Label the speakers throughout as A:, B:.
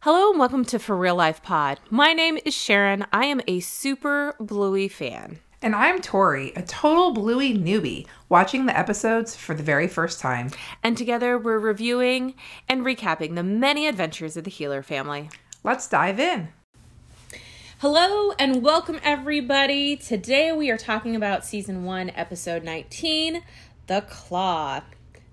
A: Hello and welcome to For Real Life Pod. My name is Sharon. I am a super Bluey fan.
B: And I'm Tori, a total Bluey newbie, watching the episodes for the very first time.
A: And together we're reviewing and recapping the many adventures of the Healer family.
B: Let's dive in.
A: Hello and welcome, everybody. Today we are talking about season one, episode 19 The Claw.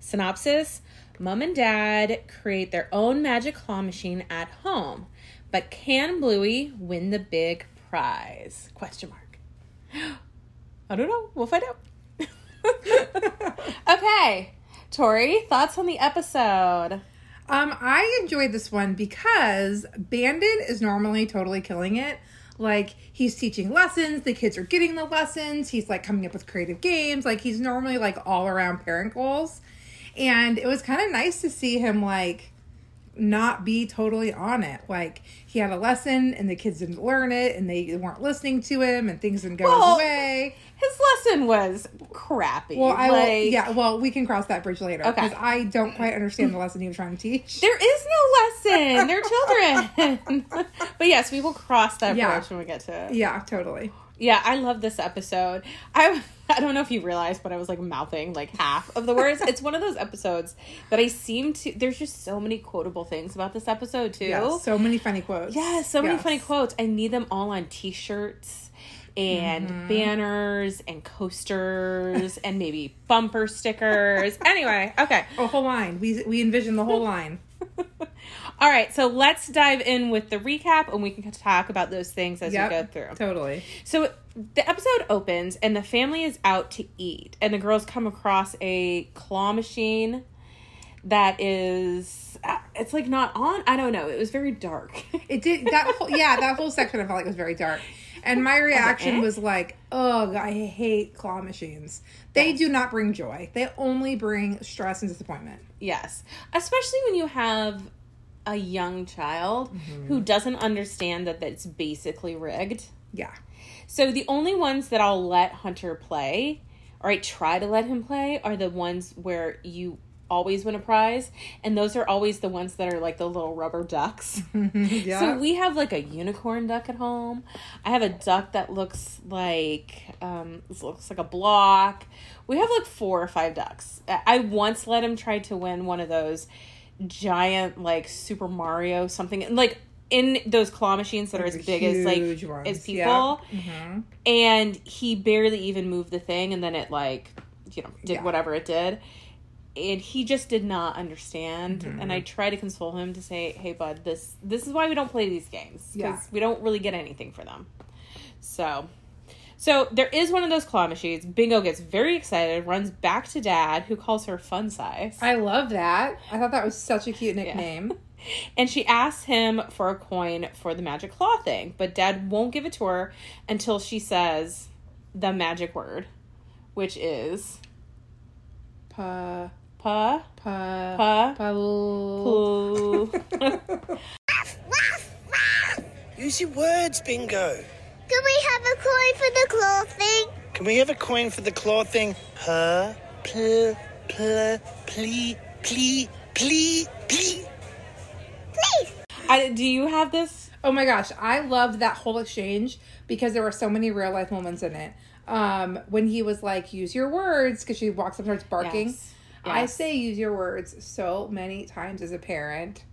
A: Synopsis Mom and dad create their own magic claw machine at home, but can Bluey win the big prize? Question mark. I don't know. We'll find out. okay. Tori, thoughts on the episode?
B: Um, I enjoyed this one because Bandit is normally totally killing it. Like he's teaching lessons, the kids are getting the lessons, he's like coming up with creative games, like he's normally like all around parent goals. And it was kind of nice to see him like not be totally on it. Like he had a lesson and the kids didn't learn it and they weren't listening to him and things didn't go
A: Well,
B: his way.
A: His lesson was crappy.
B: Well, I will,
A: Like,
B: yeah, well, we can cross that bridge later
A: Okay.
B: because I don't quite understand the lesson he was trying to teach.
A: There is no lesson. They're children. but yes, we will cross that
B: Yeah.
A: bridge when we get to it.
B: Yeah, totally.
A: Yeah, I love this episode. I I don't know if you realized, but I was like mouthing like half of the words. it's one of those episodes that I seem to. There's just so many quotable things about this episode too.
B: Yeah, so many funny quotes.
A: Yeah, so many
B: Yes.
A: funny quotes. I need them all on t-shirts and
B: Mm-hmm.
A: banners and coasters and maybe bumper stickers. anyway, okay.
B: A whole line. We we envision the whole line.
A: All right, so let's dive in with the recap and we can talk about those things as
B: Yep,
A: we go through.
B: Totally.
A: So the episode opens and the family is out to eat and the girls come across a claw machine that is uh, it's like not on. I don't know. It was very dark.
B: It did that whole yeah, that whole section I felt like was very dark. And my reaction
A: eh?
B: was like, ugh, I hate claw machines. They do not bring joy. They only bring stress and disappointment.
A: Yes. Especially when you have a young child who doesn't understand that it's basically rigged.
B: Yeah.
A: So the only ones that I'll let Hunter play, or I try to let him play, are the ones where you always win a prize. And those are always the ones that are like the little rubber ducks.
B: yeah.
A: So we have like a unicorn duck at home. I have a duck that looks like um this looks like a block. We have like four or five ducks. I- I once let him try to win one of those giant like Super Mario something and, like in those claw machines that are as
B: They're
A: big as
B: huge
A: like
B: ones,
A: as
B: yeah.
A: people
B: Mhm.
A: and he barely even moved the thing and then it like you know did
B: Yeah.
A: whatever it did and he just did not understand and i
B: Mm-hmm.
A: tried to console him to say hey bud this this is why we don't play these games because
B: Yeah.
A: we don't really get anything for them so so there is one of those claw machines bingo gets very excited runs back to dad who calls her fun size
B: I love that. I thought that was such a cute nickname.
A: and she asks him for a coin for the magic claw thing, but dad won't give it to her until she says the magic word, which is
B: Pa
A: pa
B: pa
A: pa
B: pa
A: poo.
C: Use your words, bingo.
D: Can we have a coin for the claw thing?
C: Can we have a coin for the claw thing? Huh? Pl, pl, plee, plee, plee, plee.
D: Please!
A: I, do you have this?
B: Oh my gosh, I loved that whole exchange because there were so many real life moments in it. Um, when he was like, "Use your words," because she walks up and starts barking.
A: Yes.
B: I
A: Yes.
B: say, "Use your words" so many times as a parent.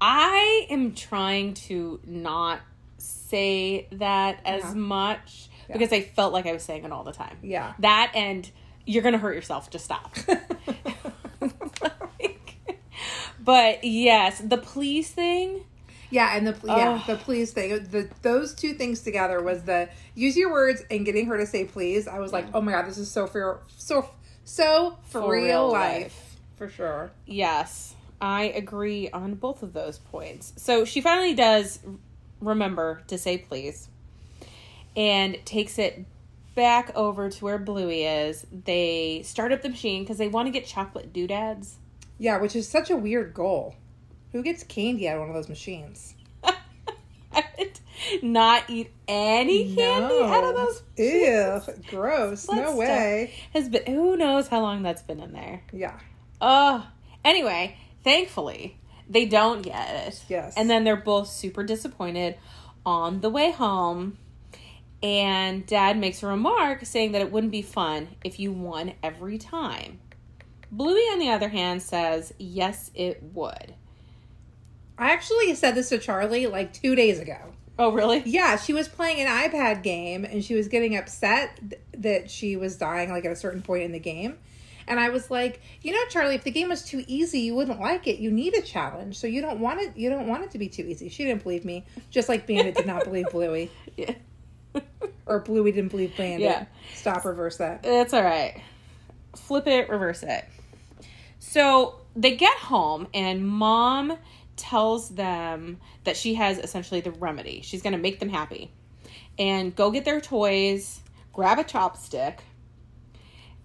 A: I am trying to not say that as
B: Uh-huh. Yeah.
A: much because I felt like I was saying it all the time.
B: Yeah.
A: That and you're going to hurt yourself. Just stop. but yes, the please thing.
B: Yeah, and the pl- yeah
A: Ugh.
B: the please thing. The those two things together was the use your words and getting her to say please. I was like, "Oh my god, this is so for so so for,
A: For
B: real,
A: real
B: life.
A: life.
B: for sure."
A: Yes, I agree on both of those points. So she finally does remember to say please and takes it back over to where Bluey is. They start up the machine because they want to get chocolate doodads.
B: Yeah, which is such a weird goal. Who gets candy out of one of those machines?
A: Not eat any candy out of those.
B: Ew, gross.
A: Blood
B: No
A: stuff.
B: way.
A: Has been who knows how long that's been in there.
B: Yeah.
A: Oh, anyway, thankfully, They don't get it.
B: Yes.
A: And then they're both super disappointed on the way home. And dad makes a remark saying that it wouldn't be fun if you won every time. Bluey, on the other hand, says, yes, it would.
B: I actually said this to Charlie like two days ago.
A: Oh, really?
B: Yeah, she was playing an iPad game and she was getting upset th- that she was dying like at a certain point in the game. And I was like, you know, Charlie, if the game was too easy, you wouldn't like it. You need a challenge, so you don't want it. You don't want it to be too easy. She didn't believe me, just like Bandit did not believe Bluey,
A: Yeah.
B: or Bluey didn't believe Bandit.
A: Yeah.
B: Stop, reverse that.
A: That's all right. Flip it, reverse it. So they get home, and mom tells them that she has essentially the remedy. She's going to make them happy and go get their toys, grab a chopstick,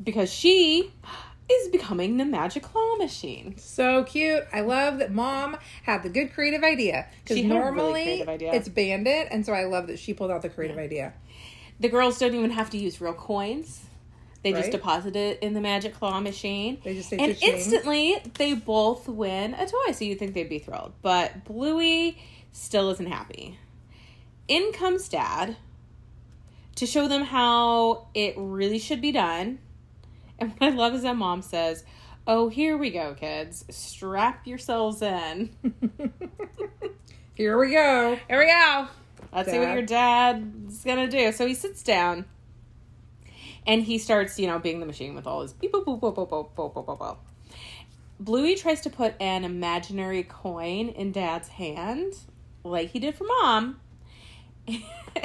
A: because she is becoming the magic claw machine.
B: So cute. I love that mom had the good creative idea because
A: She had a really
B: normally
A: creative idea.
B: it's Bandit, and so I love that she pulled out the creative idea.
A: The girls don't even have to use real coins. They just
B: Right.
A: deposit it in the magic claw machine.
B: They just say
A: and
B: cha-ching.
A: instantly they both win a toy, so you think they'd be thrilled. But Bluey still isn't happy. In comes Dad to show them how it really should be done. And what I love is that mom says, Oh, here we go, kids. Strap yourselves in.
B: Here we go.
A: Here we go. Let's see what
B: Dad.
A: your dad's gonna do. So he sits down and he starts, you know, being the machine with all his beep boop boop boop boop boop boop boop boop. boop. Bluey tries to put an imaginary coin in Dad's hand, like he did for Mom.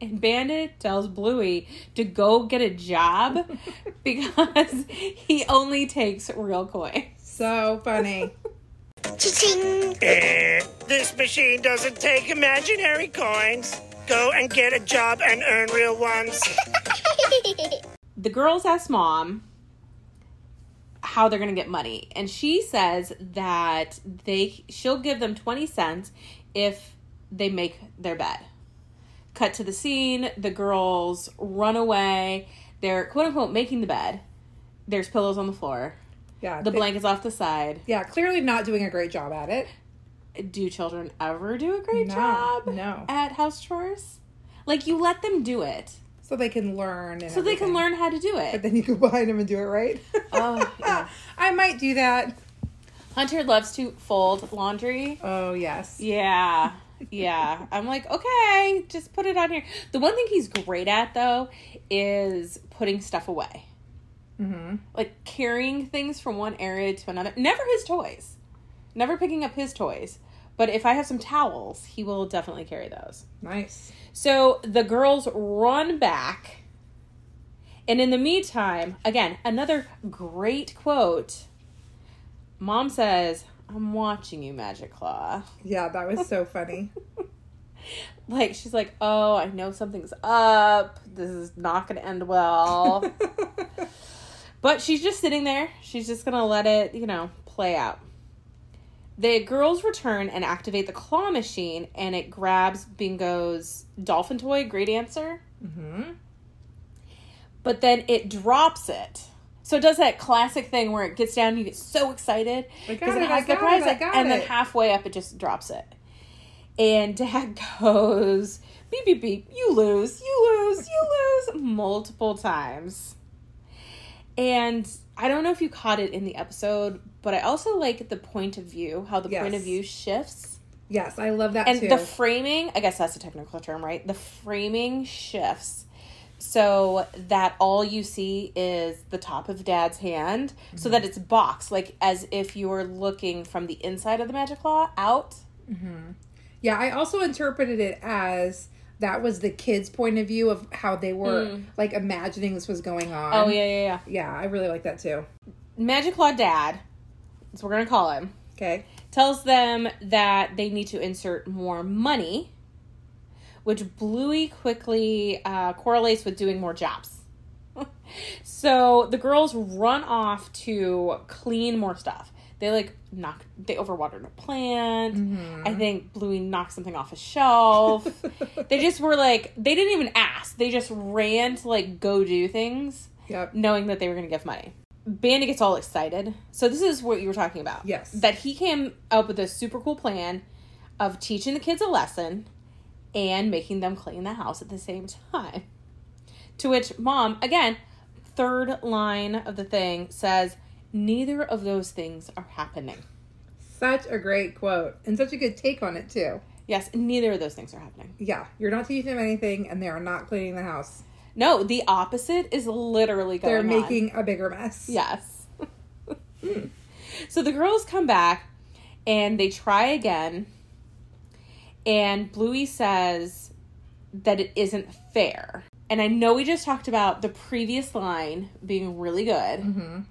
A: and Bandit tells Bluey to go get a job because he only takes real coins.
B: So funny.
D: Cha-ching!
C: Eh, this machine doesn't take imaginary coins. Go and get a job and earn real ones.
A: the girls ask mom how they're going to get money and she says that they she'll give them 20 cents if they make their bed cut to the scene the girls run away they're quote unquote making the bed there's pillows on the floor
B: Yeah.
A: the
B: they-
A: blankets off the side
B: Yeah, clearly not doing a great job at it.
A: do children ever do a great
B: No,
A: job
B: no.
A: at house chores like you let them do it
B: So they can learn. And
A: so they can
B: everything.
A: learn how to do
B: But
A: it
B: then you go behind them and do it right.
A: Oh, yeah.
B: I might do that.
A: hunter loves to fold laundry
B: Oh, yes.
A: Yeah. Yeah. I'm like, okay, just put it on here. The one thing he's great at though is putting stuff away.
B: Mm-hmm.
A: Like carrying things from one area to another. Never his toys. Never picking up his toys. But if I have some towels, he will definitely carry those.
B: Nice.
A: So the girls run back. And in the meantime, again, another great quote. Mom says, I'm watching you, Magic Claw.
B: Yeah, that was so funny.
A: like she's like oh i know something's up this is not gonna end well but she's just sitting there she's just gonna let it you know play out the girls return and activate the claw machine and it grabs bingo's dolphin toy great answer
B: hmm
A: but then it drops it so it does that classic thing where it gets down and you get so excited
B: I got
A: because
B: it, I got it, I
A: up,
B: got
A: and then
B: it.
A: halfway up it just drops it and dad goes beep beep beep you lose you lose you lose multiple times and i don't know if you caught it in the episode but i also like the point of view how the point of
B: Yes.
A: view shifts
B: Yes, I love that
A: and
B: too.
A: the framing i guess that's a technical term right the framing shifts so that all you see is the top of dad's hand so that it's boxed like as if you're looking from the inside of the magic claw out
B: yeah, I also interpreted it as that was the kids' point of view of how they were like imagining this was going on.
A: Mm. oh yeah yeah yeah
B: Yeah, I really like that too.
A: magic claw dad that's what we're gonna call him
B: Okay.
A: tells them that they need to insert more money which bluey quickly uh, correlates with doing more jobs so the girls run off to clean more stuff they like knock they overwatered a plant i think bluey knocked something off a shelf they just were like they didn't even ask they just ran to like go do things
B: Yep.
A: knowing that they were going to give money Bandit gets all excited. So this is what you were talking about.
B: Yes.
A: That he came up with a super cool plan of teaching the kids a lesson and making them clean the house at the same time. To which mom, again, third line of the thing says, neither of those things are happening.
B: Such a great quote and such a good take on it too.
A: Yes, neither of those things are happening.
B: Yeah, you're not teaching them anything, and they are not cleaning the house.
A: No, the opposite is literally going
B: They're
A: on.
B: making a bigger mess.
A: Yes. so the girls come back and they try again. And Bluey says that it isn't fair. And I know we just talked about the previous line being really good.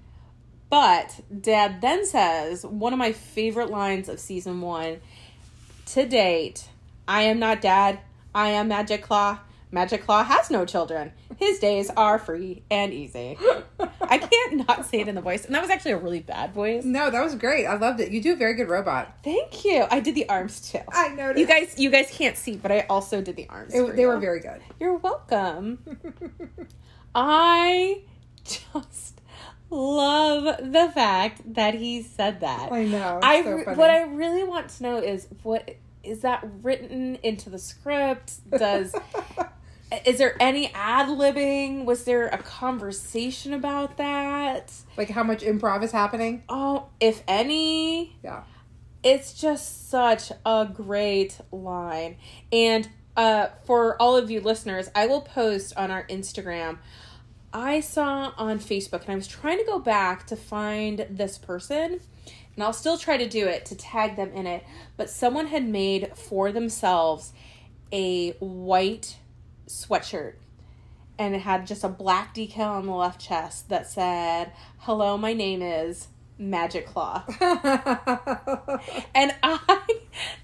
A: But Dad then says one of my favorite lines of season one to date I am not Dad. I am Magic Claw. Magic Claw has no children. His days are free and easy. I can't not say it in the voice. And that was actually a really bad voice.
B: No, that was great. I loved it. You do a very good robot.
A: Thank you. I did the arms too.
B: I noticed.
A: You guys you guys can't see, but I also did the arms. for
B: It, they
A: you.
B: were very good.
A: You're welcome. I just love the fact that he said that.
B: I know. it's
A: I
B: so
A: re-
B: funny.
A: what I really want to know is what is that written into the script? Does is there any ad libbing? Was there a conversation about that?
B: like how much improv is happening.
A: Oh, if any,
B: Yeah.
A: it's just such a great line. And uh, for all of you listeners, I will post on our Instagram. I saw on Facebook, and I was trying to go back to find this person, and I'll still try to do it to tag them in it. But someone had made for themselves a white sweatshirt and it had just a black decal on the left chest that said, Hello, my name is Magic Claw. And I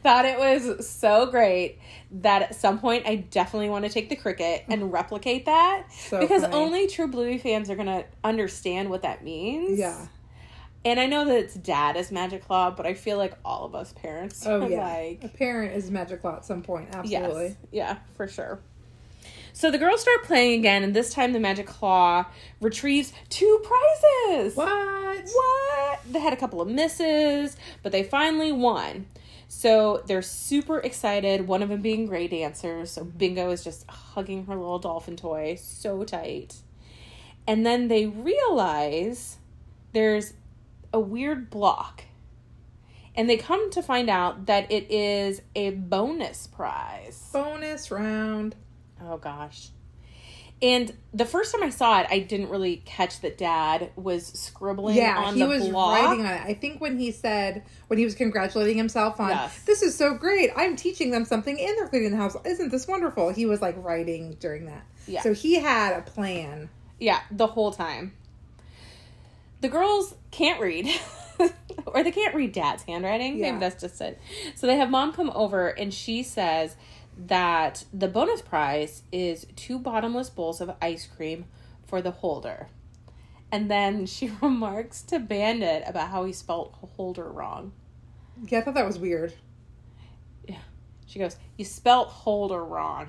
A: thought it was so great that at some point I definitely want to take the cricket and replicate that
B: Mm. So
A: because
B: funny.
A: only true Bluey fans are going to understand what that means.
B: yeah.
A: And I know that it's dad is Magic Claw, but I feel like all of us parents
B: Oh
A: are
B: yeah.
A: like
B: a parent is magic law at some point. Absolutely.
A: Yes. Yeah, for sure. So the girls start playing again, and this time the Magic Claw retrieves two prizes.
B: What?
A: What? They had a couple of misses, but they finally won. So they're super excited, one of them being gray dancers. So Bingo is just hugging her little dolphin toy so tight. And then they realize there's a weird block. And they come to find out that it is a bonus prize.
B: Bonus round.
A: Oh gosh. And the first time I saw it, I didn't really catch that Dad was scribbling
B: Yeah,
A: on
B: he
A: the
B: was
A: block.
B: writing on it. I think when he said when he was congratulating himself on
A: Yes.
B: this is so great. I'm teaching them something and they're cleaning the house. Isn't this wonderful? He was like writing during that.
A: Yeah.
B: So he had a plan.
A: Yeah, the whole time. The girls can't read. or they can't read dad's handwriting.
B: Yeah.
A: Maybe that's just it. So they have mom come over and she says that the bonus prize is two bottomless bowls of ice cream for the holder. And then she remarks to Bandit about how he spelled holder wrong.
B: Yeah, I thought that was weird.
A: She goes, You spelt holder wrong.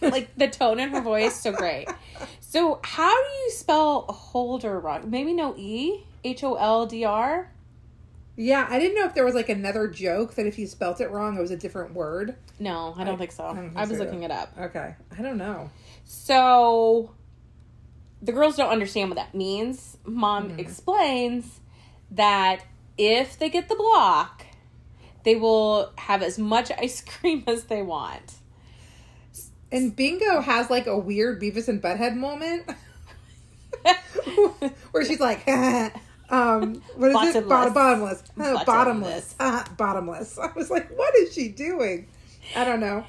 A: like the tone in her voice, so great. So, how do you spell holder wrong? Maybe no E? H O L D R?
B: Yeah, I didn't know if there was like another joke that if you spelt it wrong, it was a different word.
A: No, I don't think so. I,
B: I don't think
A: was
B: so
A: looking it up.
B: Okay, I don't know.
A: So, the girls don't understand what that means. Mom
B: Mm-hmm.
A: explains that if they get the block, they will have as much ice cream as they want.
B: And Bingo has like a weird Beavis and Butthead moment where she's like, um, what is it? Bo-
A: Bottomless.
B: Bottomless. Huh, Bottomless. Uh, Bottomless. I was like, what is she doing? I don't know.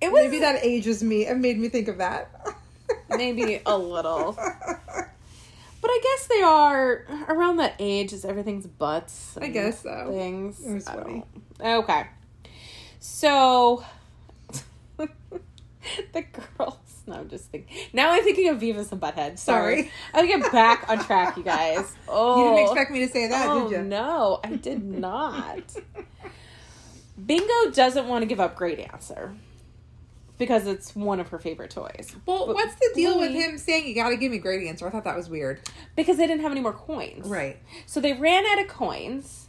A: It was
B: Maybe that ages me. It made me think of that.
A: maybe a little. But I guess they are around that age. Is everything's butts? and
B: guess so.
A: Things.
B: It was
A: I
B: funny.
A: don't- Okay, so the girls. No, I'm just thinking. Now I'm thinking of Beavis and Butthead. Sorry,
B: Sorry.
A: I get back on track, you guys. Oh,
B: You didn't expect me to say that,
A: oh
B: did you?
A: no, I did not. Bingo doesn't want to give up Great Answer. because it's one of her favorite toys.
B: Well,
A: But
B: what's the deal with
A: Bluey-
B: him saying you gotta give me gradients? Or I thought that was weird.
A: Because they didn't have any more coins.
B: Right.
A: So they ran out of coins,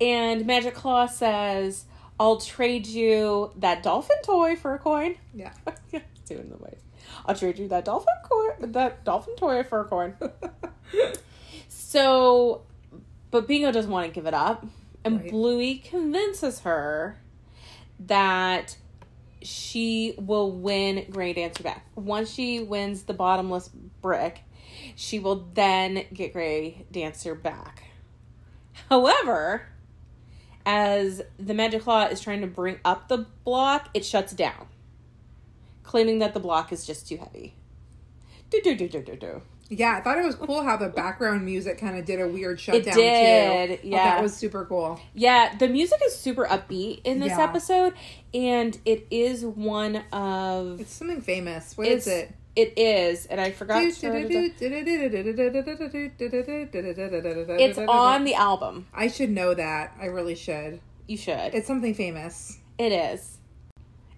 A: and Magic Claw says, I'll trade you that dolphin toy for a coin.
B: Yeah.
A: Doing the voice. I'll trade you that dolphin coin, that dolphin toy for a coin. so, but Bingo doesn't want to give it up, and
B: Right.
A: Bluey convinces her that she will win Great Answer back. Once she wins the bottomless brick, she will then get Grey Dancer back. However, as the Magic Claw is trying to bring up the block, it shuts down, claiming that the block is just too heavy. Do do do do do do.
B: Yeah, I thought it was cool how the background music kind of did a weird shutdown
A: did,
B: too. Oh,
A: yeah.
B: that was super cool.
A: Yeah, the music is super upbeat in this
B: Yeah.
A: episode, and it is one of
B: It's something famous. What
A: it's,
B: is it?
A: It is, and I forgot. to write it down. It's
B: It's
A: on the album.
B: I should know that. I really should.
A: You should.
B: It's something famous.
A: It is.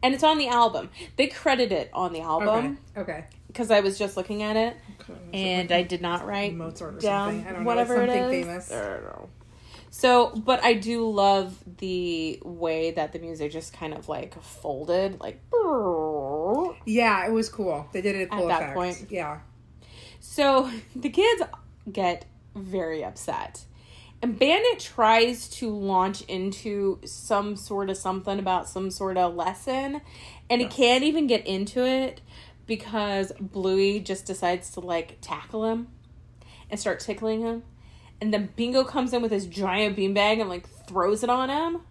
A: And it's on the album. They credit it on the
B: Okay.
A: album
B: Okay.
A: because I was just looking at it and I did not write
B: Mozart or
A: down
B: something. I don't know.
A: whatever
B: It's something
A: it is.
B: famous.
A: I don't know. So, but I do love the way that the music just kind of like folded, like.
B: Yeah, it was cool. They did it at full
A: that
B: effect.
A: point.
B: Yeah.
A: So the kids get very upset. And Bandit tries to launch into some sort of something about some sort of lesson. And he can't even get into it because Bluey just decides to like tackle him and start tickling him. And then Bingo comes in with his giant beanbag and like throws it on him.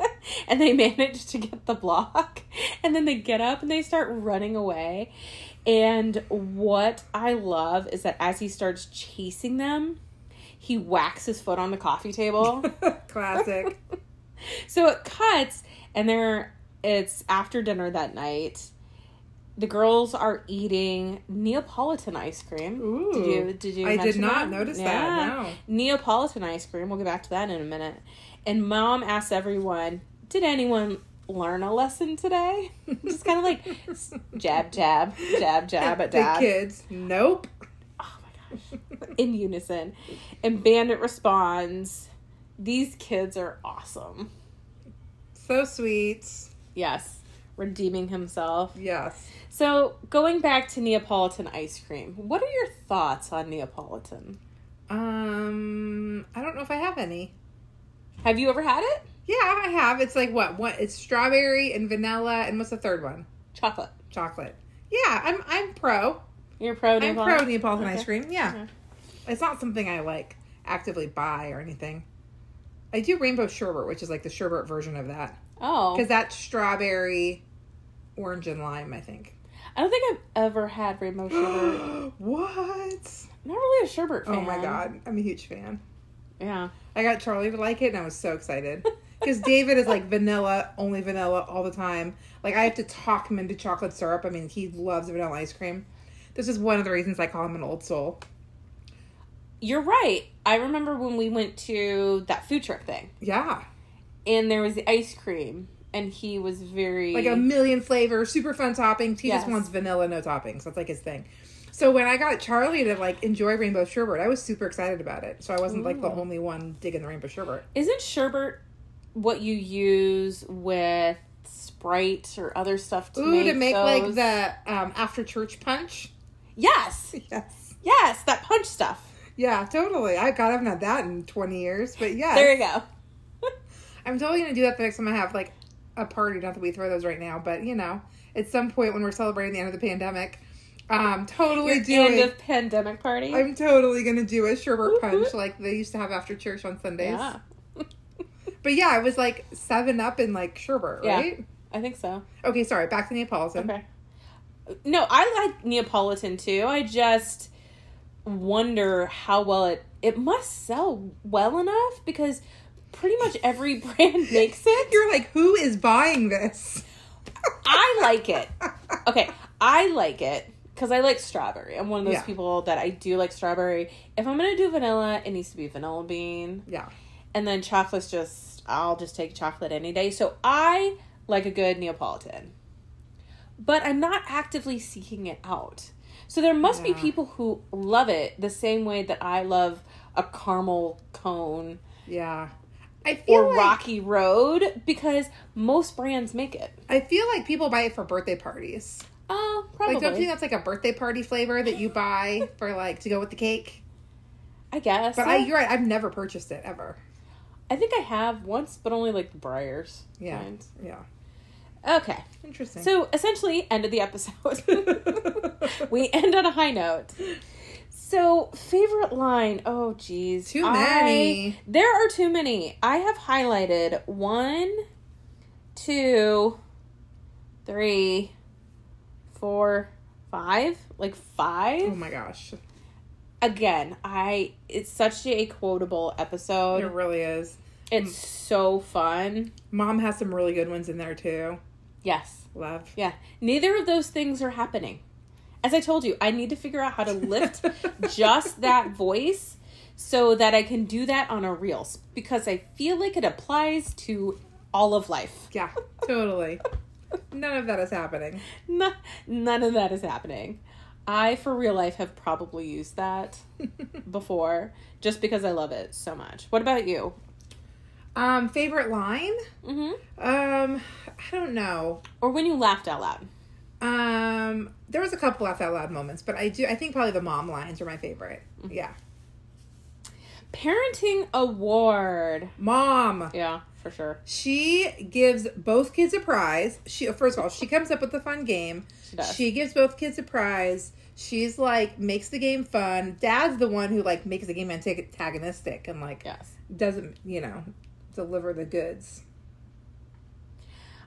A: and they manage to get the block. And then they get up and they start running away. And what I love is that as he starts chasing them, he whacks his foot on the coffee table.
B: Classic.
A: so it cuts, and they're it's after dinner that night. The girls are eating Neapolitan ice cream.
B: Ooh.
A: Did you did you?
B: I did
A: mention
B: not notice that, no.
A: Neapolitan ice cream. We'll get back to that in a minute. And mom asks everyone, "Did anyone learn a lesson today?" Just kind of like s- jab, jab, jab, jab at
B: the
A: dad Oh
B: kids. Nope.
A: in unison. And Bandit responds, "These kids are awesome."
B: So sweet.
A: Yes, redeeming himself.
B: Yes.
A: So, going back to Neapolitan ice cream, what are your thoughts on Neapolitan?
B: Um, I don't know if I have any.
A: Have you ever had it?
B: Yeah, I have. It's like what? What? It's strawberry and vanilla, and what's the third one?
A: Chocolate.
B: Chocolate. Yeah, I'm I'm pro.
A: You're pro
B: I'm
A: Neapolitan.
B: pro Neapolitan
A: Okay.
B: ice cream. Yeah.
A: Yeah.
B: it's not something I like actively buy or anything. I do rainbow sherbet, which is like the sherbet version of that,
A: Oh,
B: because that's strawberry, orange, and lime. I think.
A: I don't think I've ever had rainbow sherbet.
B: what?
A: Not really a sherbet fan.
B: Oh my god, I'm a huge fan.
A: Yeah.
B: I got Charlie to like it, and I was so excited because David is like vanilla, only vanilla all the time. Like I have to talk him into chocolate syrup. I mean, he loves vanilla ice cream. This is one of the reasons I call him an old soul.
A: You're right. I remember when we went to that food truck thing
B: Yeah,
A: and there was the ice cream and he was very
B: like a million flavors, super fun toppings. He
A: Mm. Yes.
B: just wants vanilla, no toppings. That's like his thing. So when I got Charlie to like enjoy rainbow sherbet, I was super excited about it. So I wasn't like the only one digging the rainbow sherbet.
A: Isn't sherbet what you use with Sprite or other stuff to
B: Ooh,
A: make
B: to make
A: those?
B: like the um, after church punch.
A: Yes.
B: Yes.
A: Yes, that punch stuff.
B: Yeah, totally. I God, I haven't had that in twenty years, but yeah,
A: There you go.
B: I'm totally gonna do that the next time I have like a party. Not that we throw those right now, but you know, at some point when we're celebrating the end of the pandemic, um, totally
A: Your
B: do
A: end
B: it.
A: of pandemic party.
B: I'm totally gonna do a sherbet punch like they used to have after church on Sundays.
A: Mm-hmm. yeah,
B: But yeah, it was like Seven Up and like sherbet,
A: Yeah.
B: right?
A: I think so.
B: Okay, sorry. Back to Neapolitan.
A: Okay. No, I like Neapolitan too. I just wonder how well it it must sell well enough because pretty much every brand makes it.
B: You're like, who is buying this?
A: I like it. Okay, I like it because I like strawberry. I'm one of those
B: Yeah.
A: people that I do like strawberry. If I'm gonna do vanilla, it needs to be vanilla bean,
B: Yeah,
A: and then chocolate's just I'll just take chocolate any day. So I like a good Neapolitan. but I'm not actively seeking it out. So there must be people who love it the same way that I love a caramel cone
B: Yeah. I feel
A: or
B: like,
A: rocky road because most brands make it.
B: I feel like people buy it for birthday parties.
A: Oh, probably.
B: Like, don't you think that's like a birthday party flavor that you buy for like to go with the cake?
A: I guess.
B: But I, you're right. I've never purchased it ever.
A: I think I have once, but only like the Briars.
B: Yeah.
A: kind.
B: Yeah.
A: Okay.
B: Interesting.
A: So essentially, end of the episode. we end on a high note. So favorite line. Oh, geez.
B: Too
A: I-
B: many.
A: there are too many. I have highlighted one, two, three, four, five. Like five.
B: oh my gosh,
A: Again, I. It's such a quotable episode.
B: it really is.
A: It's so fun.
B: Mom has some really good ones in there too.
A: Yes.
B: Love.
A: Yeah. Neither of those things are happening. As I told you, I need to figure out how to lift just that voice so that I can do that on a reels because I feel like it applies to all of life.
B: Yeah, totally. None of that is happening.
A: No, none of that is happening. I, for real life, have probably used that before just because I love it so much. What about you?
B: Um, favorite line?
A: hmm
B: Um, I don't know.
A: Or when you laughed out loud?
B: Um, there was a couple laugh out loud moments, but I do. I think probably the mom lines are my favorite.
A: Mm-hmm.
B: Yeah,
A: Parenting award.
B: mom.
A: Yeah, for sure.
B: She gives both kids a prize. She first of all, she comes up with a fun game.
A: She does.
B: She gives both kids a prize. She's like makes the game fun. Dad's the one who like makes the game antag- antagonistic and like
A: Yes.
B: doesn't you know deliver the goods.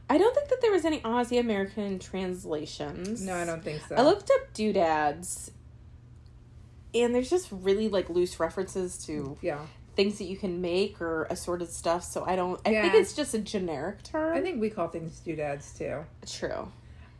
A: I don't think that there was any Aussie American translations.
B: No, I don't think so.
A: I looked up doodads, and there's just really like loose references to
B: yeah,
A: things that you can make or assorted stuff. So I don't. I think
B: Yeah.
A: it's just a generic term.
B: I think we call things doodads too.
A: true.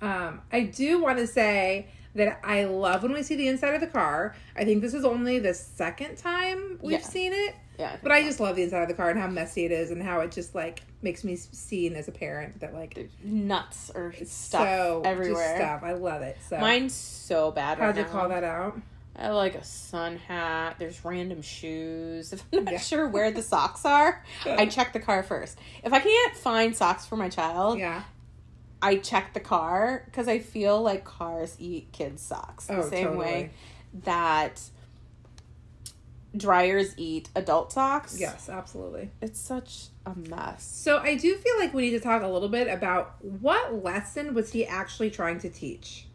B: Um, I do want to say that I love when we see the inside of the car. I think this is only the second time we've
A: Yeah.
B: seen it.
A: Yeah,
B: But I just love the inside of the car and how messy it is and how it just like makes me seen as a parent that like
A: nuts or
B: it's
A: stuff
B: so
A: everywhere.
B: Just stuff. I love it. So
A: Mine's so bad.
B: how'd
A: right
B: you
A: now.
B: call that out?
A: I have, like a sun hat. There's random shoes. If I'm not
B: Yeah.
A: sure where the socks are, I check the car first. If I can't find socks for my child,
B: Yeah.
A: I check the car because I feel like cars eat kids' socks the
B: Oh,
A: same
B: totally.
A: way that dryers eat adult socks.
B: Yes, absolutely.
A: It's such a mess.
B: So I do feel like we need to talk a little bit about what lesson was he actually trying to teach?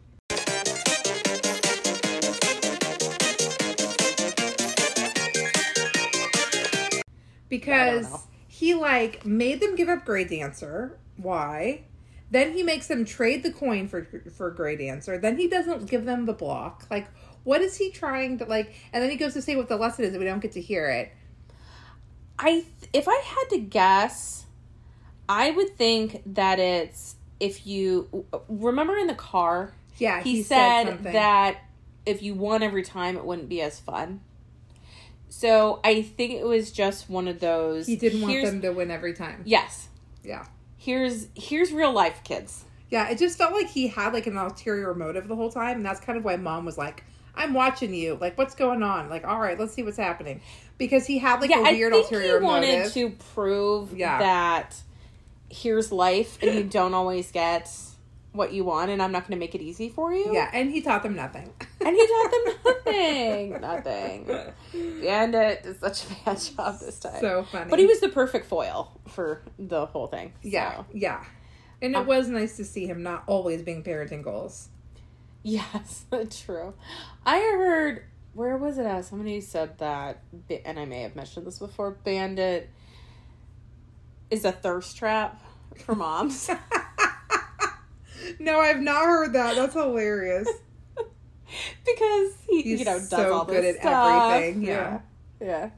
B: Because
A: know.
B: he like made them give up grade dancer. Why? Then he makes them trade the coin for for grade dancer. Then he doesn't give them the block. Like, what is he trying to like? And then he goes to say what the lesson is, and we don't get to hear it.
A: I th- if I had to guess, I would think that it's if you remember in the car,
B: Yeah,
A: he, said,
B: Uh, something.
A: that if you won every time, it wouldn't be as fun. So I think it was just one of those.
B: He didn't want
A: here's-
B: them to win every time.
A: Yes,
B: Yeah.
A: here's here's real life, kids.
B: Yeah, it just felt like he had like an ulterior motive the whole time, and that's kind of why mom was like, I'm watching you. Like, what's going on? Like, all right, let's see what's happening. Because he had like
A: yeah,
B: a
A: I
B: weird
A: think
B: ulterior
A: he wanted
B: motive.
A: to prove
B: Yeah.
A: that here's life, and you don't always get what you want, and I'm not going to make it easy for you.
B: Yeah, and he taught them nothing.
A: and he taught them nothing, nothing. And it did such a bad job this time.
B: So funny.
A: but he was the perfect foil for the whole thing.
B: Yeah,
A: so.
B: yeah. And
A: Um,
B: it was nice to see him not always being parenting goals.
A: Yes, true. I heard where was it at? Somebody said that, Ba- and I may have mentioned this before. Bandit is a thirst trap for moms.
B: No, I've not heard that. That's hilarious.
A: because he,
B: He's
A: you know, does
B: so
A: all this
B: good at
A: stuff.
B: everything, yeah.
A: yeah, yeah.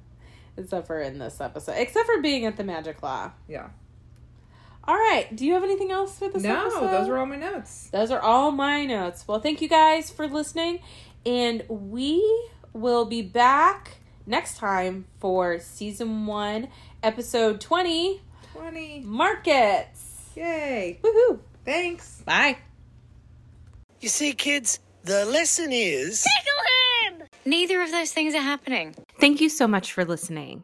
A: Except for in this episode, except for being at the Magic Law.
B: yeah.
A: All right. Do you have anything else for this?
B: No,
A: episode?
B: those were all my notes.
A: Those are all my notes. Well, thank you guys for listening, and we will be back next time for season one, episode 20
B: Funny.
A: Markets.
B: Yay.
A: Woohoo!
B: Thanks.
A: Bye.
C: You see, kids, the lesson is.
E: Tickle him!
F: Neither of those things are happening.
G: Thank you so much for listening.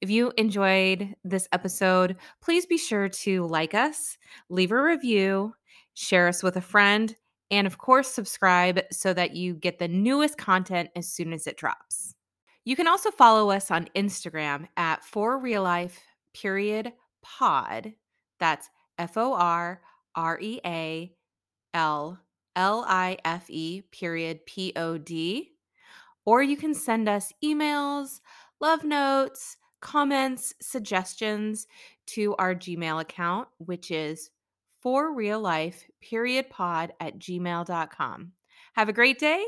G: If you enjoyed this episode, please be sure to like us, leave a review, share us with a friend, and of course, subscribe so that you get the newest content as soon as it drops. You can also follow us on Instagram at For Real Life Period Pod. That's F O R R E A L L I F E period P O D or you can send us emails, love notes, comments, suggestions to our Gmail account, which is for real life period pod at gmail.com. Have a great day